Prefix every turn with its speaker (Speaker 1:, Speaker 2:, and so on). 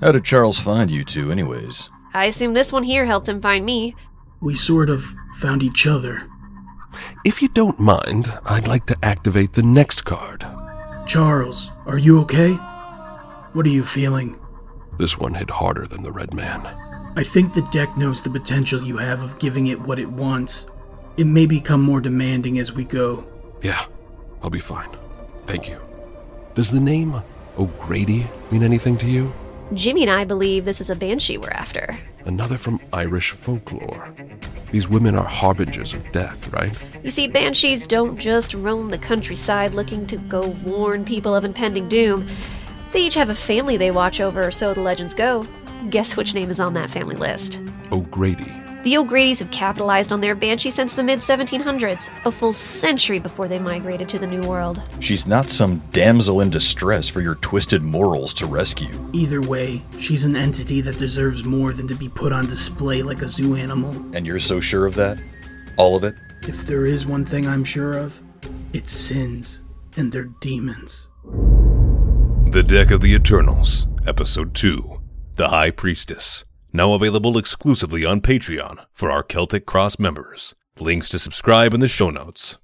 Speaker 1: How did Charles find you two, anyways?
Speaker 2: I assume this one here helped him find me.
Speaker 3: We sort of found each other.
Speaker 4: If you don't mind, I'd like to activate the next card.
Speaker 3: Charles, are you okay? What are you feeling?
Speaker 4: This one hit harder than the red man.
Speaker 3: I think the deck knows the potential you have of giving it what it wants. It may become more demanding as we go.
Speaker 4: Yeah, I'll be fine. Thank you. Does the name O'Grady mean anything to you?
Speaker 2: Jimmy and I believe this is a banshee we're after.
Speaker 4: Another from Irish folklore. These women are harbingers of death, right?
Speaker 2: You see, banshees don't just roam the countryside looking to go warn people of impending doom. They each have a family they watch over, so the legends go. Guess which name is on that family list?
Speaker 4: O'Grady.
Speaker 2: The O'Grady's have capitalized on their banshee since the mid 1700s, a full century before they migrated to the New World.
Speaker 1: She's not some damsel in distress for your twisted morals to rescue.
Speaker 3: Either way, she's an entity that deserves more than to be put on display like a zoo animal.
Speaker 1: And you're so sure of that? All of it?
Speaker 3: If there is one thing I'm sure of, it's sins and their demons.
Speaker 5: The Deck of the Eternals, Episode 2 The High Priestess. Now available exclusively on Patreon for our Celtic Cross members. Links to subscribe in the show notes.